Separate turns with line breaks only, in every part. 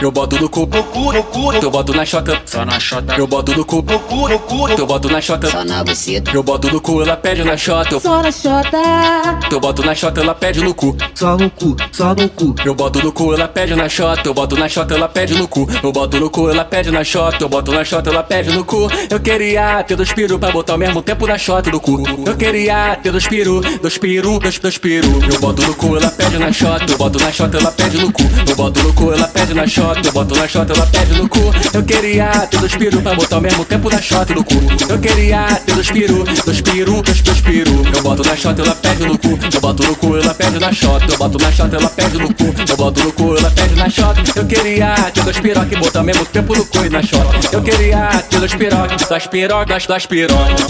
Eu boto no cu, no cu, no cu, eu boto na chota,
Só na chota,
eu boto no cu, no cu, no cu, eu boto na chota,
Só na buceta,
eu boto no cu, ela pede na chota, eu-
Só na chota,
eu boto na chota, ela pede no cu,
só no cu, só no cu.
eu boto no cu, ela pede na chota, eu boto na chota, ela pede no cu, eu boto no cu, ela pede na chota, eu boto na chota, ela pede no cu, eu queria ter dois piru pra botar ao mesmo tempo na chota do cu, eu queria ter dois piru, dois piru, dois, dois piru, eu boto no cu, ela pede na chota, eu boto na chota, ela pede no cu, eu boto no cu, ela pede na chota, eu boto na chota, ela pede no cu, eu queria ter dois piru pra botar ao mesmo tempo na chota do cu, eu queria ter dois piru, dois piru, dois, dois piru, eu boto na chota, ela pede no cu, eu boto no cu, ela pede na chota, eu boto na chota, ela pede no cu, eu boto no cu, ela pede na chota, eu queria ter dois piroca e botar ao mesmo tempo no cu e na chota, eu queria ter dois piroca, das pirocas, das pirocas.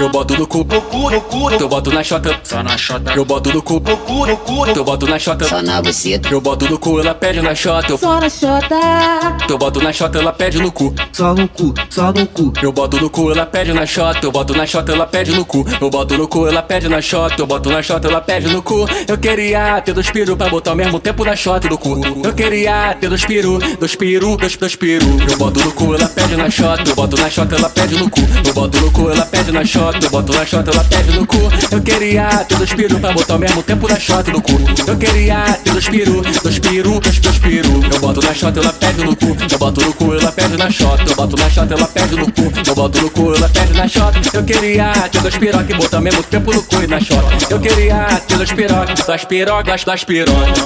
Eu boto no cu, no cu, no cu, eu boto na chota,
Só na chota,
eu boto no cu, no cu, no cu, eu boto na chota,
só na buceta,
eu boto no cu, ela pede na chota, eu,
só na chota,
eu boto na chota, ela pede no cu,
só no cu, só no cu.
eu boto no cu, ela pede na chota, eu boto na chota, ela pede no cu, eu boto no cu, ela pede na chota, eu boto na chota, ela pede no cu, eu queria ter dois piru pra botar ao mesmo tempo na chota do cu, eu queria ter dois piru, dois piru, dois, dois piru, eu boto no cu, ela pede na chota, eu boto na chota, ela pede no cu, eu boto no cu, ela pede na chota, eu boto na chota, ela pede no cu, eu queria ter dois piru pra botar ao mesmo tempo na chota do cu, eu queria ter dois piru, dois piru, dois, dois piru, eu boto na chota, ela pede no cu, eu boto no cu, ela pede na chota, eu boto na chota, ela pede no cu, eu boto no cu, ela pede na chota, eu queria ter dois piroca e botar ao mesmo tempo no cu e na chota, eu queria ter dois piroca, das pirocas, das pirocas.